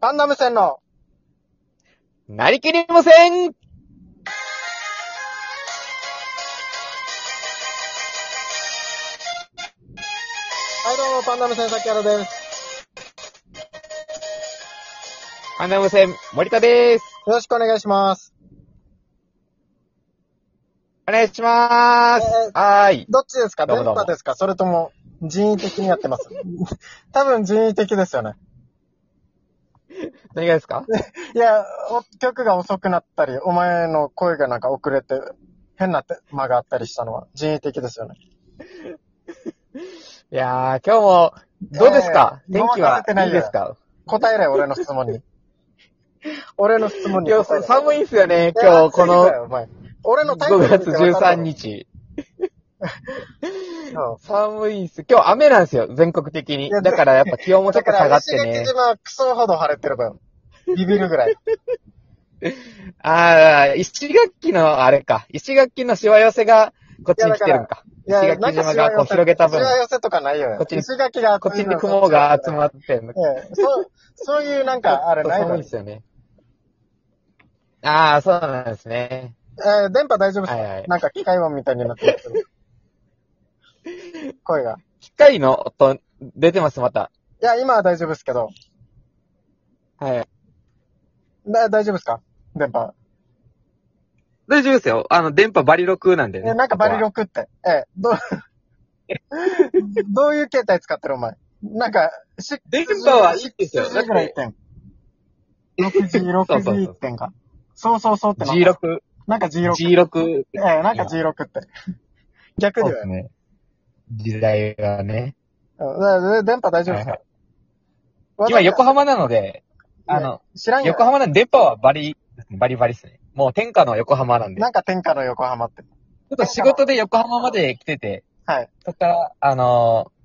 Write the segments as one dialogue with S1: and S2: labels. S1: パンダム戦の、
S2: なりきり無線
S1: はいどうも、パンダム戦崎原です。
S2: パンダ無線、森田です。
S1: よろしくお願いします。
S2: お願いしまーす。
S1: え
S2: はーい。
S1: どっちですか
S2: どう
S1: 電
S2: もどうも
S1: 波ですかそれとも、人為的にやってます。 多分人為的ですよね。
S2: 何がですか
S1: いや、お曲が遅くなったり、お前の声がなんか遅れて、変な間があったりしたのは人為的ですよね。
S2: いやー、今日も、どうですか、
S1: えー
S2: 天
S1: ご
S2: 気
S1: ま
S2: は
S1: かせてない
S2: いい
S1: よ
S2: ですか
S1: 答えれ、俺の質 問に。俺の質問に
S2: 今
S1: 答
S2: 日
S1: え
S2: そう
S1: れ。
S2: 寒いですよね。
S1: いや
S2: 今日
S1: 暑
S2: こ、
S1: いん
S2: の
S1: だよお前俺のタイト
S2: 5
S1: ル見
S2: 月
S1: てわか
S2: 13
S1: るだ
S2: 日。
S1: ろ。うん
S2: 寒いっす。今日雨なんですよ、全国的に
S1: いや。
S2: だからやっぱ気温もち
S1: だ
S2: ょっと
S1: か
S2: 下
S1: ら、
S2: がっ
S1: 石
S2: てね
S1: 垣。島はクソほど晴れてる分。ビビるぐらい。
S2: あー、石垣のあれか。石垣のしわ寄せがこっちに来てるんか。
S1: いや
S2: 石垣島がこう広げた分
S1: しわ寄せとかないよ。
S2: こっちに
S1: 石垣が
S2: こっちに雲が集ま
S1: っ
S2: ってんの
S1: て。ええそう、そういう なんか、あれないの
S2: 寒い
S1: え
S2: ですよね。ああ、そうなんですね。
S1: え電波大丈夫ですか、
S2: はいはい
S1: なんか機械音みたいになってるけど。声が。
S2: 機械の音、出てます、また。
S1: いや、今は大丈夫ですけど。
S2: はい。
S1: だ大丈夫ですか電波。
S2: 大丈夫ですよ。あの、電波バリ6なんで
S1: え、なんかバリロクって。ええ、 どう、どういう携帯使ってるお前。なんか、し
S2: 電波はいいですよ。
S1: 60ぐらい点。60、
S2: そうそうそう
S1: 61点か。そうそうそうってなんだ
S2: G6、
S1: なんか G6。
S2: G6。
S1: ええなんか G6 って。 逆には、
S2: ね。時代はね。
S1: うんで電波大丈夫ですか、
S2: 今、横
S1: 浜、
S2: 浜なので、あの、
S1: 知らんよ
S2: 横。浜なんで電波はバリ、バリバリですね。もう天下の横浜なんで。ちょ
S1: なんか天下の横浜って。
S2: っと仕事で横浜まで来てて、
S1: はい。
S2: そっから、あのー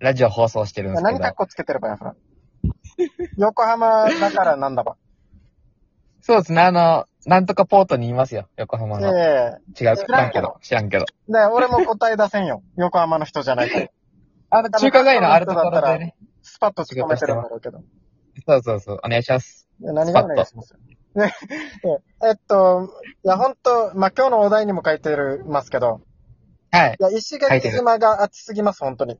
S2: ラジオ放送してるんですけ
S1: 何
S2: ど
S1: カッ。コつけてればいいのそれ。横浜だからなんだば。
S2: そうですね、あの、なんとかポートにい ますよ、横浜
S1: え
S2: の。
S1: え
S2: 違う、
S1: 知
S2: 知
S1: ら
S2: ら
S1: ん
S2: ん
S1: け
S2: け
S1: ど
S2: ど。知らんけど。
S1: で、俺も答え出せんよ。横浜の人じゃないから。
S2: あの、中華街のあるところでね。
S1: スパッと突っ込めてるんだろうけど。
S2: そうそうそう、お願いします。
S1: で何がお願いしますよ。ね えっと、いや、ほんと、まあ、今日のお題にも書いてるますけど、
S2: はい。
S1: いや、石垣島が暑すぎます、本当に。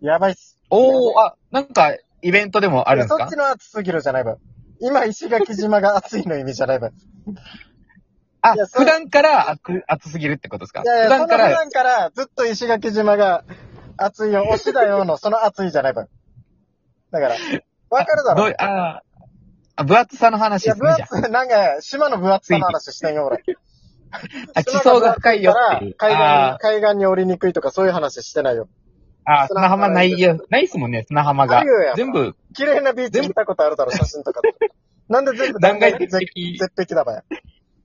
S1: やばいっす。
S2: おー、あ、なんか、イベントでもあるんです
S1: いや
S2: か
S1: そっちの暑すぎるじゃない分。今、石垣島が暑いの意味じゃない分。
S2: あ、
S1: いやそう
S2: 普段から暑暑すぎるってことですか
S1: いやい
S2: 普
S1: や、その
S2: 段
S1: 普
S2: から、
S1: 段からずっと石垣島が暑いよ、推しだよの、その暑いじゃない分。だから、わかるだ
S2: ど
S1: ろ。
S2: う
S1: い
S2: あーあ、分厚さの話で
S1: や、
S2: す
S1: 分
S2: ね、じゃ
S1: 厚い、なんか、島の分厚さの話してんよ、俺。
S2: あ。あ、地層が深いよっていう。
S1: 海
S2: あ
S1: 岸、海岸に降りにくいとかそういう話してないよ。
S2: ーあー、砂浜ないよ。ないっすもんね、砂浜
S1: あ
S2: が
S1: るよやっぱ。
S2: 全部、
S1: 綺麗なビーチ見たことあるだろ、写真とかで。なんで全部
S2: 断崖絶
S1: 絶
S2: 壁。
S1: 絶壁だばや。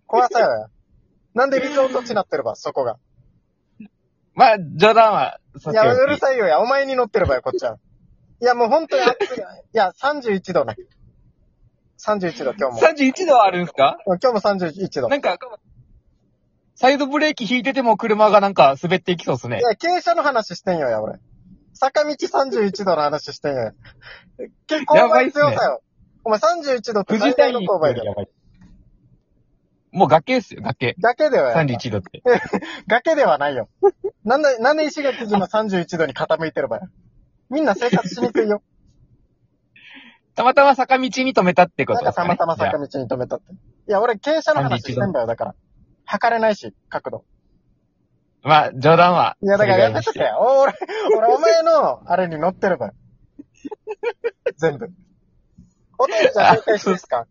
S1: 怖さよや。なんでリゾート地になってるば、そこが。
S2: まあ、冗談は、そ
S1: い
S2: っちよ
S1: や、う
S2: り
S1: る。さいよや。お前に乗ってるばよ、こっちは。いや、もう本当に 暑い。いや、31度ね。31度、今日も。
S2: 31度はあるんすか
S1: 今日も31度。い
S2: なんか、サイドブレーキ引いてても車がなんか滑っていきそうっすね。
S1: や、傾斜の話してんよや、俺。坂道31度の話してんよや。結構、
S2: やばいっすね
S1: 強さよ。お前31度って
S2: 富
S1: 最
S2: 士山
S1: 大
S2: に
S1: の勾
S2: 行くよ
S1: 配
S2: り
S1: だ
S2: や
S1: よ。
S2: ばい。もう崖ですよ、崖。
S1: 崖ではや。
S2: 31度って。
S1: 崖ではないよ。なんで、 なんで石垣島31度に傾いてるばよ。みんな生活しに くいよ。
S2: たまたま坂道に止めたってこ
S1: な
S2: と
S1: んか
S2: ですか、
S1: た
S2: ね、
S1: またま坂
S2: 道。
S1: 道に止めたって。いや、俺、傾斜の話してんだよ、だから。測れないし、角度。
S2: まあ、冗談は。
S1: いや、だからやめと
S2: そ
S1: け
S2: れぐらいにして。
S1: よ。お俺、俺、お前の、あれに乗ってる ばよ。全部。お便りじゃあ、紹介していいですか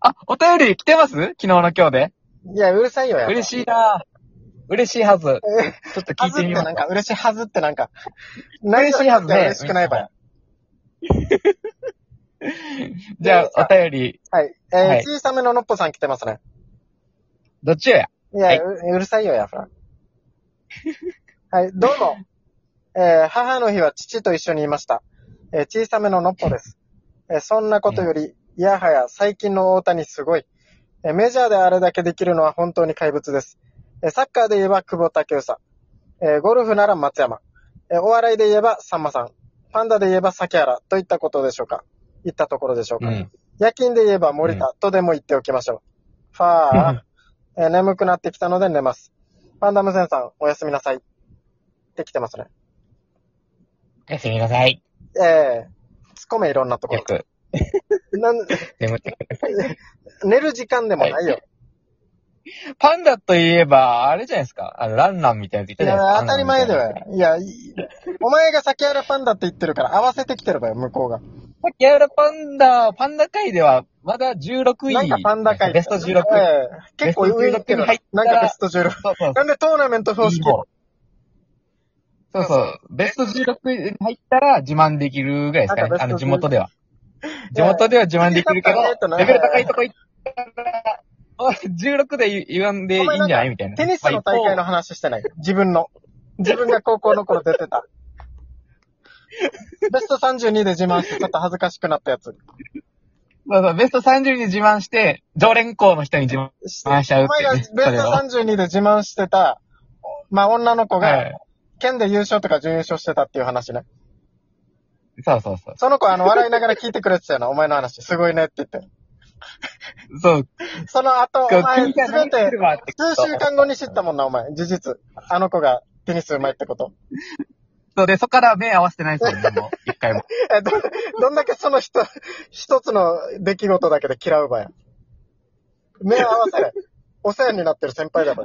S2: あ、お便り来てます昨日の今日で。
S1: いや、うるさいよ、やっぱ。
S2: 嬉しいな嬉しいはず。
S1: え
S2: ちょっと聞
S1: はいずって
S2: みま
S1: な
S2: す
S1: ん。か、嬉しいはずってなんか。
S2: 嬉しいはずね
S1: 嬉しくないばよ。
S2: じゃあ、お便り、
S1: はい。えー
S2: はい
S1: 小さめののっぽさん来てますね。
S2: どっちよや。
S1: いや、
S2: はいう
S1: うるさいよ、やフラ。はい、どうも。えー母の日は父と一緒にいました。えー小さめののっぽです。えーそんなことより、いやはや最近の大谷すごい。えーメジャーであれだけできるのは本当に怪物です。えーサッカーで言えば久保建英、えーゴルフなら松山、えーお笑いで言えばさんまさん、パンダで言えば崎原といったことでしょうか。いったところでしょう
S2: う
S1: か。
S2: ん。
S1: 夜勤で言えば森田とでも言っておきましょう。ファー、えー眠くなってきたので寝ます。パンダムセンさん、おやすみなさい。って来てますね。
S2: おやすみなさい。
S1: ええ突っ込めいろんなとこ
S2: よ
S1: ろ。
S2: く
S1: なん
S2: 眠ってください。
S1: 寝る時間でもないよ。
S2: パンダといえば、あれじゃないですか。あの、ランランみたいなや
S1: い
S2: つ言ってたじゃ
S1: や、
S2: な
S1: 当
S2: いですか
S1: たり前だ
S2: ランランみ
S1: よ。いや、いいお前が酒原パンダって言ってるから合わせてきてるわよ、向こうが。
S2: たいなさっきやらパンダ、パンダ界では、まだ16位。
S1: なんかパンダ界
S2: ベスト16。
S1: ええ結構上に行ってる
S2: ベスト16に入った
S1: な
S2: ら
S1: んかベスト16。
S2: そうそう
S1: なんでトーナメント標識
S2: そうそう。ベスト16に入ったら自慢できるぐらいですか
S1: なんかベ
S2: ね
S1: ス。ト
S2: あの、地元では。地元では自慢できるけど
S1: いやいや、
S2: レベル高いとこ行ったら、お16で言わんでいいんじゃないみたいな。
S1: テニスの大会の話してない。自分の。自分が高校の頃出て た。ベスト32で自慢してちょっと恥ずかしくなったやつ。
S2: まあそうそう、ベスト30に自慢して、常連校の人に自慢
S1: して
S2: しちゃ
S1: お
S2: うっ
S1: 前
S2: てい
S1: が
S2: う
S1: ベ
S2: ね。
S1: スト32で自慢してた、まあ、女の子
S2: は
S1: が、
S2: い。
S1: 県で優勝とか準優勝してたっていう話ね。
S2: そうそうそ
S1: その子、あの、笑いながら聞いてくれてたよな、お前の話。すごいねって言って。
S2: う。そう。
S1: その後、お前、すべて、
S2: わって
S1: 数週間後に知ったもんな、お前。事実。あの子がテニス上手いってこと。
S2: そうで、そこから目合わせてないですよね、もう。一 回も。
S1: え、ど、どんだけその人、一つの出来事だけで嫌うばや。目合わせない。お世話になってる先輩だば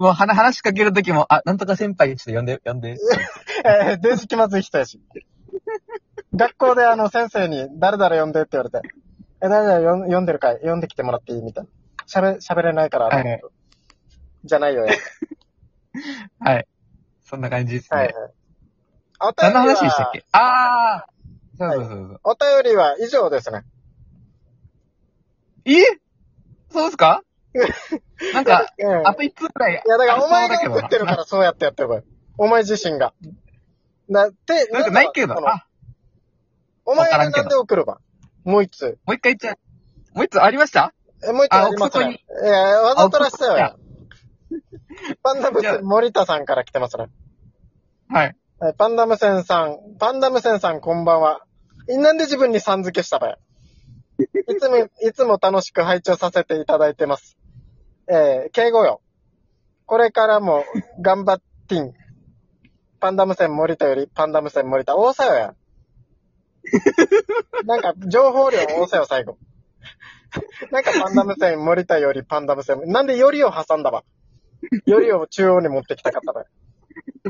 S2: もう話話しかけるときも、あ、なんとか先輩ちょっと呼んで、呼んで。
S1: や。えー、電子気まずい人やし。学校であの先生に、誰々呼んでって言われて、え、誰々呼ん呼んでるかい呼んできてもらっていいみたいな。喋、喋れないから、あの
S2: はい
S1: じゃないよ、やつ
S2: はい。そんな感じですね。
S1: はいはい。お便
S2: 何
S1: り
S2: の
S1: は
S2: 話でしたっけああそうそうそうそう。
S1: お便りは以上ですね。
S2: えそうで すかなんか、
S1: うん。いや、
S2: あ
S1: だ
S2: と一通くらい。
S1: からお前が
S2: ありそ
S1: 送
S2: うだ
S1: って
S2: けど
S1: る
S2: な
S1: からそうやってやってるばよ。お前自身が。だって、
S2: なんかないけど
S1: そ、の
S2: あ、
S1: お前
S2: わから
S1: が
S2: んけど
S1: なんで送るばもう一つ。
S2: もう一回言っちゃう。もう一つありました
S1: え、もう一つあります
S2: あ奥底に
S1: ね。えー、わざとらしさよ
S2: あ
S1: や。パンダム
S2: じゃ
S1: セ
S2: あ
S1: ン、森田さんから来てますね。
S2: はい。
S1: えーパンダムセンさん、パンダムセンさんこんばんは。えなんで自分にさん付けしたばや。いつも、いつも楽しく拝聴させていただいてます。えー敬語よ。これからも頑張ってん。パンダムセン森田よりパンダムセン森田多さよや。なんか情報量多さよ最後。なんかパンダムセン森田よりパンダムセン、なんでよりを挟んだば。よりを中央に持ってきたかったばよ。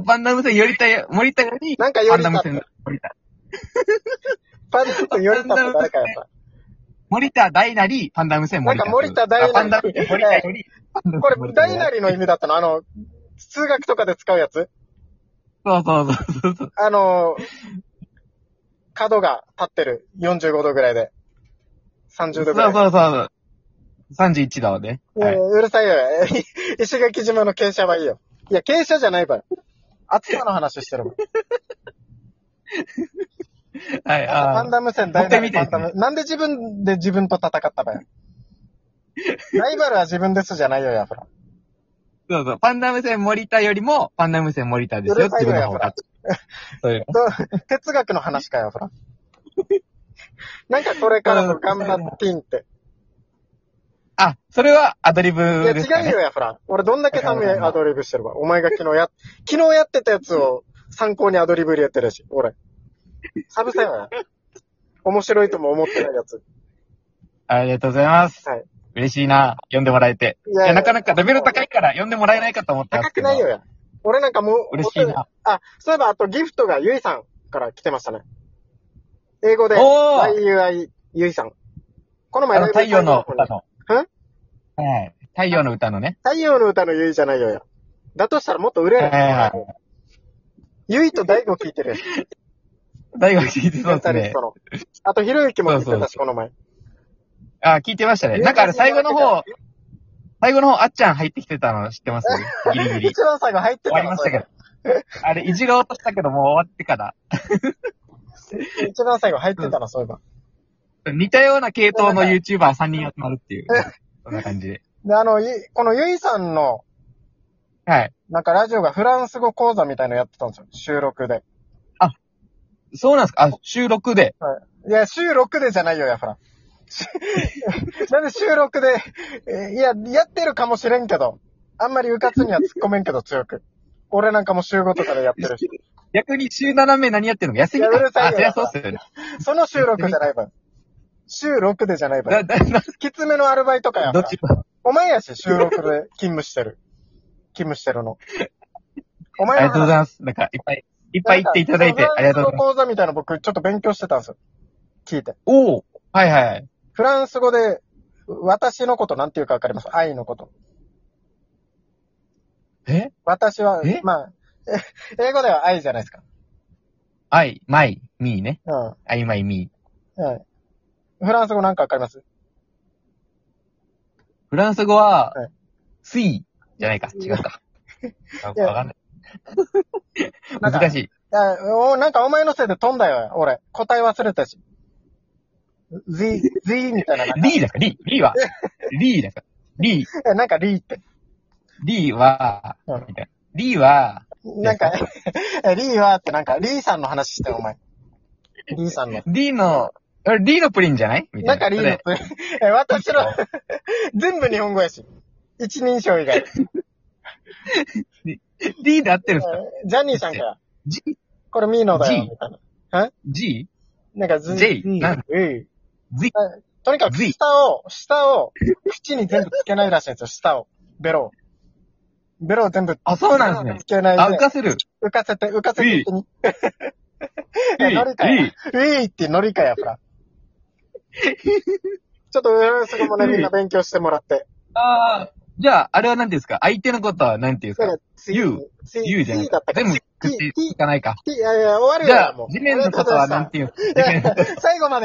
S2: パンダムセンよりたい、森田より、
S1: なんかよ
S2: パ
S1: り
S2: ン
S1: た
S2: ダ
S1: っ
S2: ム
S1: て
S2: セン、森田。
S1: パンダムセンよりたって誰かやさ。
S2: 森田大なり、パンダムセン森田。
S1: なんか森田大なり
S2: あパンダムセン森田より、パンダム
S1: こ
S2: セン森
S1: れ、
S2: 田よ
S1: 大
S2: り
S1: なりの意味だったのあの、数学とかで使うやつ
S2: そうそうそうそう。
S1: あの、角が立ってる。45度ぐらいで。
S2: そ
S1: 30度
S2: うそう
S1: ぐらい。
S2: そうそう。31度で。は
S1: う
S2: い。
S1: んうるさいよ。 石垣島の傾斜はいいよ。いや、傾斜じゃないばよ。暑さの話してるもん。
S2: はい、
S1: パ
S2: あ
S1: ン
S2: ー
S1: ダ無線、大
S2: もう一
S1: な
S2: 回見
S1: り
S2: て
S1: パンダ無なんで自分で自分と戦ったばよ。ライバルは自分ですじゃないよ、やフら。
S2: そうそう。パンダムセン森田よりも、パンダムセン森田ですよっていうの方が。そういう。
S1: ど 哲学の話かよ、 ほら。なんかこれからも頑張ってんって。
S2: あ、それはアドリブ
S1: いや、
S2: ですか、
S1: 違う
S2: ね。
S1: よ、やフら。俺どんだけ寒い
S2: はいはいはい
S1: アドリブしてるわ。お前が昨日や、昨日やってたやつを参考にアドリブ入れてるし、俺。サブセンや。面白いとも思ってないやつ。
S2: ありがとうございます。
S1: はい。
S2: 嬉しいな。呼んでもらえて。
S1: い
S2: いや、なかなかレベル
S1: い。
S2: 高いから呼んでもらえないかと思ったん
S1: 高
S2: ですけ
S1: く
S2: ど。
S1: ないよ、や。俺なんかもう、
S2: 嬉しいな。
S1: あ、そういえば、あとギフトがゆいさんから来てましたね。英語で、
S2: おー
S1: YUI ゆいさん。この前
S2: あの、
S1: ラ
S2: 太
S1: イブ会
S2: 陽
S1: 場
S2: の歌の。はい。太陽の歌のね。
S1: 太陽の歌のゆいじゃないよや。だとしたらもっと売れ
S2: はい
S1: る。
S2: はいはい。
S1: ゆいと大悟聞いてるやん。
S2: 大悟聞いてそ
S1: メ
S2: うです
S1: タリ
S2: ね
S1: スト。の。あと、ひろゆきも聞いてたし、この前。
S2: あ、聞いてましたね。なんかあれ最後の方、最後の方、あっちゃん入ってきてたの知っ てますギリギリ。
S1: 一番最後入って
S2: 終
S1: た
S2: わ
S1: の
S2: りましたけど。あれ、いじろうとしたけど、もう終わってから。
S1: そういえば一番最後入ってたの、そういえば。
S2: 似たような系統の YouTuber3 人集まるっていう。そんな感じで。
S1: で、あの、ゆこのゆいさんの、
S2: はい。
S1: なんかラジオがフランス語講座みたいのやってたんですよ。収録で。
S2: そうなんですかあ、収録で。
S1: はい。いや、収録でじゃないよ、やフら。 なんで収録で、えいや、やってるかもしれんけど、あんまりうかつには突っ込めんけど、強く。俺なんかも週5とかでやってるし。
S2: 逆に週7名何やってるの休み
S1: いやうるさいよ
S2: あ、そりゃそうっすよね。
S1: その収録じゃない分。週6でじゃない分。
S2: だ、だ、だ、
S1: きつめのアルバイトかや
S2: どっちも。
S1: お前やし、収録で勤務してる。勤務してるの。お
S2: あ
S1: 前
S2: り
S1: の
S2: がとうございます。なんか、いっぱい、いっぱい言っていただいて、ありがとうござい
S1: フ
S2: ます。
S1: ランス語講座みたいなの僕ちょっと勉強してたんですよ。聞いて。
S2: おおはいはい。
S1: フランス語で、私のことなんていうかわかります愛のこと。
S2: え
S1: 私は
S2: え、
S1: まあ、え英語では愛じゃないですか。
S2: I, my, me ね。
S1: うん。
S2: I, my, me。
S1: はい。フランス語なんかわかります
S2: フランス語は
S1: はい、
S2: 水じゃないか。違う か。あわ
S1: いや
S2: かんない。
S1: なんか
S2: 難しい。
S1: あおなんかお前のせいで飛んだよ、俺。答え忘れたし。Z、Z みたいな。
S2: リーだか、リー。リ ーは、リーだか。リー、
S1: えなんかリーって。
S2: リーは
S1: うん、
S2: みたいな。リーは、
S1: なんか、えリーはってなんか、リーさんの話してよお前。リーさんの。
S2: リーの、あリーのプリンじゃないみた
S1: ないんか
S2: な。
S1: リーのプリン。え、私の、全部日本語やし。一人称以 外。
S2: それ リーで合ってるんですか
S1: えジャニーさんから、
S2: ?G?
S1: これミーノだよ、
S2: G
S1: みたいな。
S2: G?
S1: なんかず、
S2: J
S1: うん
S2: なん
S1: うん
S2: Z?
S1: とにかく、
S2: Z
S1: 下を、下を、口に全部つけないらしいんですよ、下を。ベロを。ベロを全部
S2: あ、そうなんですね
S1: つ。けない
S2: あ、浮
S1: で、
S2: かせる。
S1: 浮かせて、浮かせて、に。
S2: いい
S1: え、ノリかや。
S2: いい
S1: ウィーってノリかや、ほ ら。ちょっと、フランス語もね、みんな勉強してもらって。
S2: ああ、じゃあ、あれは何ていうんですか相手のことは何ていうんです
S1: だか、
S2: から
S1: 次
S2: You、
S1: 次
S2: ?U じゃない
S1: 次だったか
S2: 全
S1: ら。
S2: 部
S1: T、
S2: 口
S1: T、
S2: いかないか。
S1: T いやいや、終わる
S2: じ
S1: よ
S2: ゃあ
S1: も、う。
S2: 地面のことは何ていうんですか
S1: ありがとうございました最後までや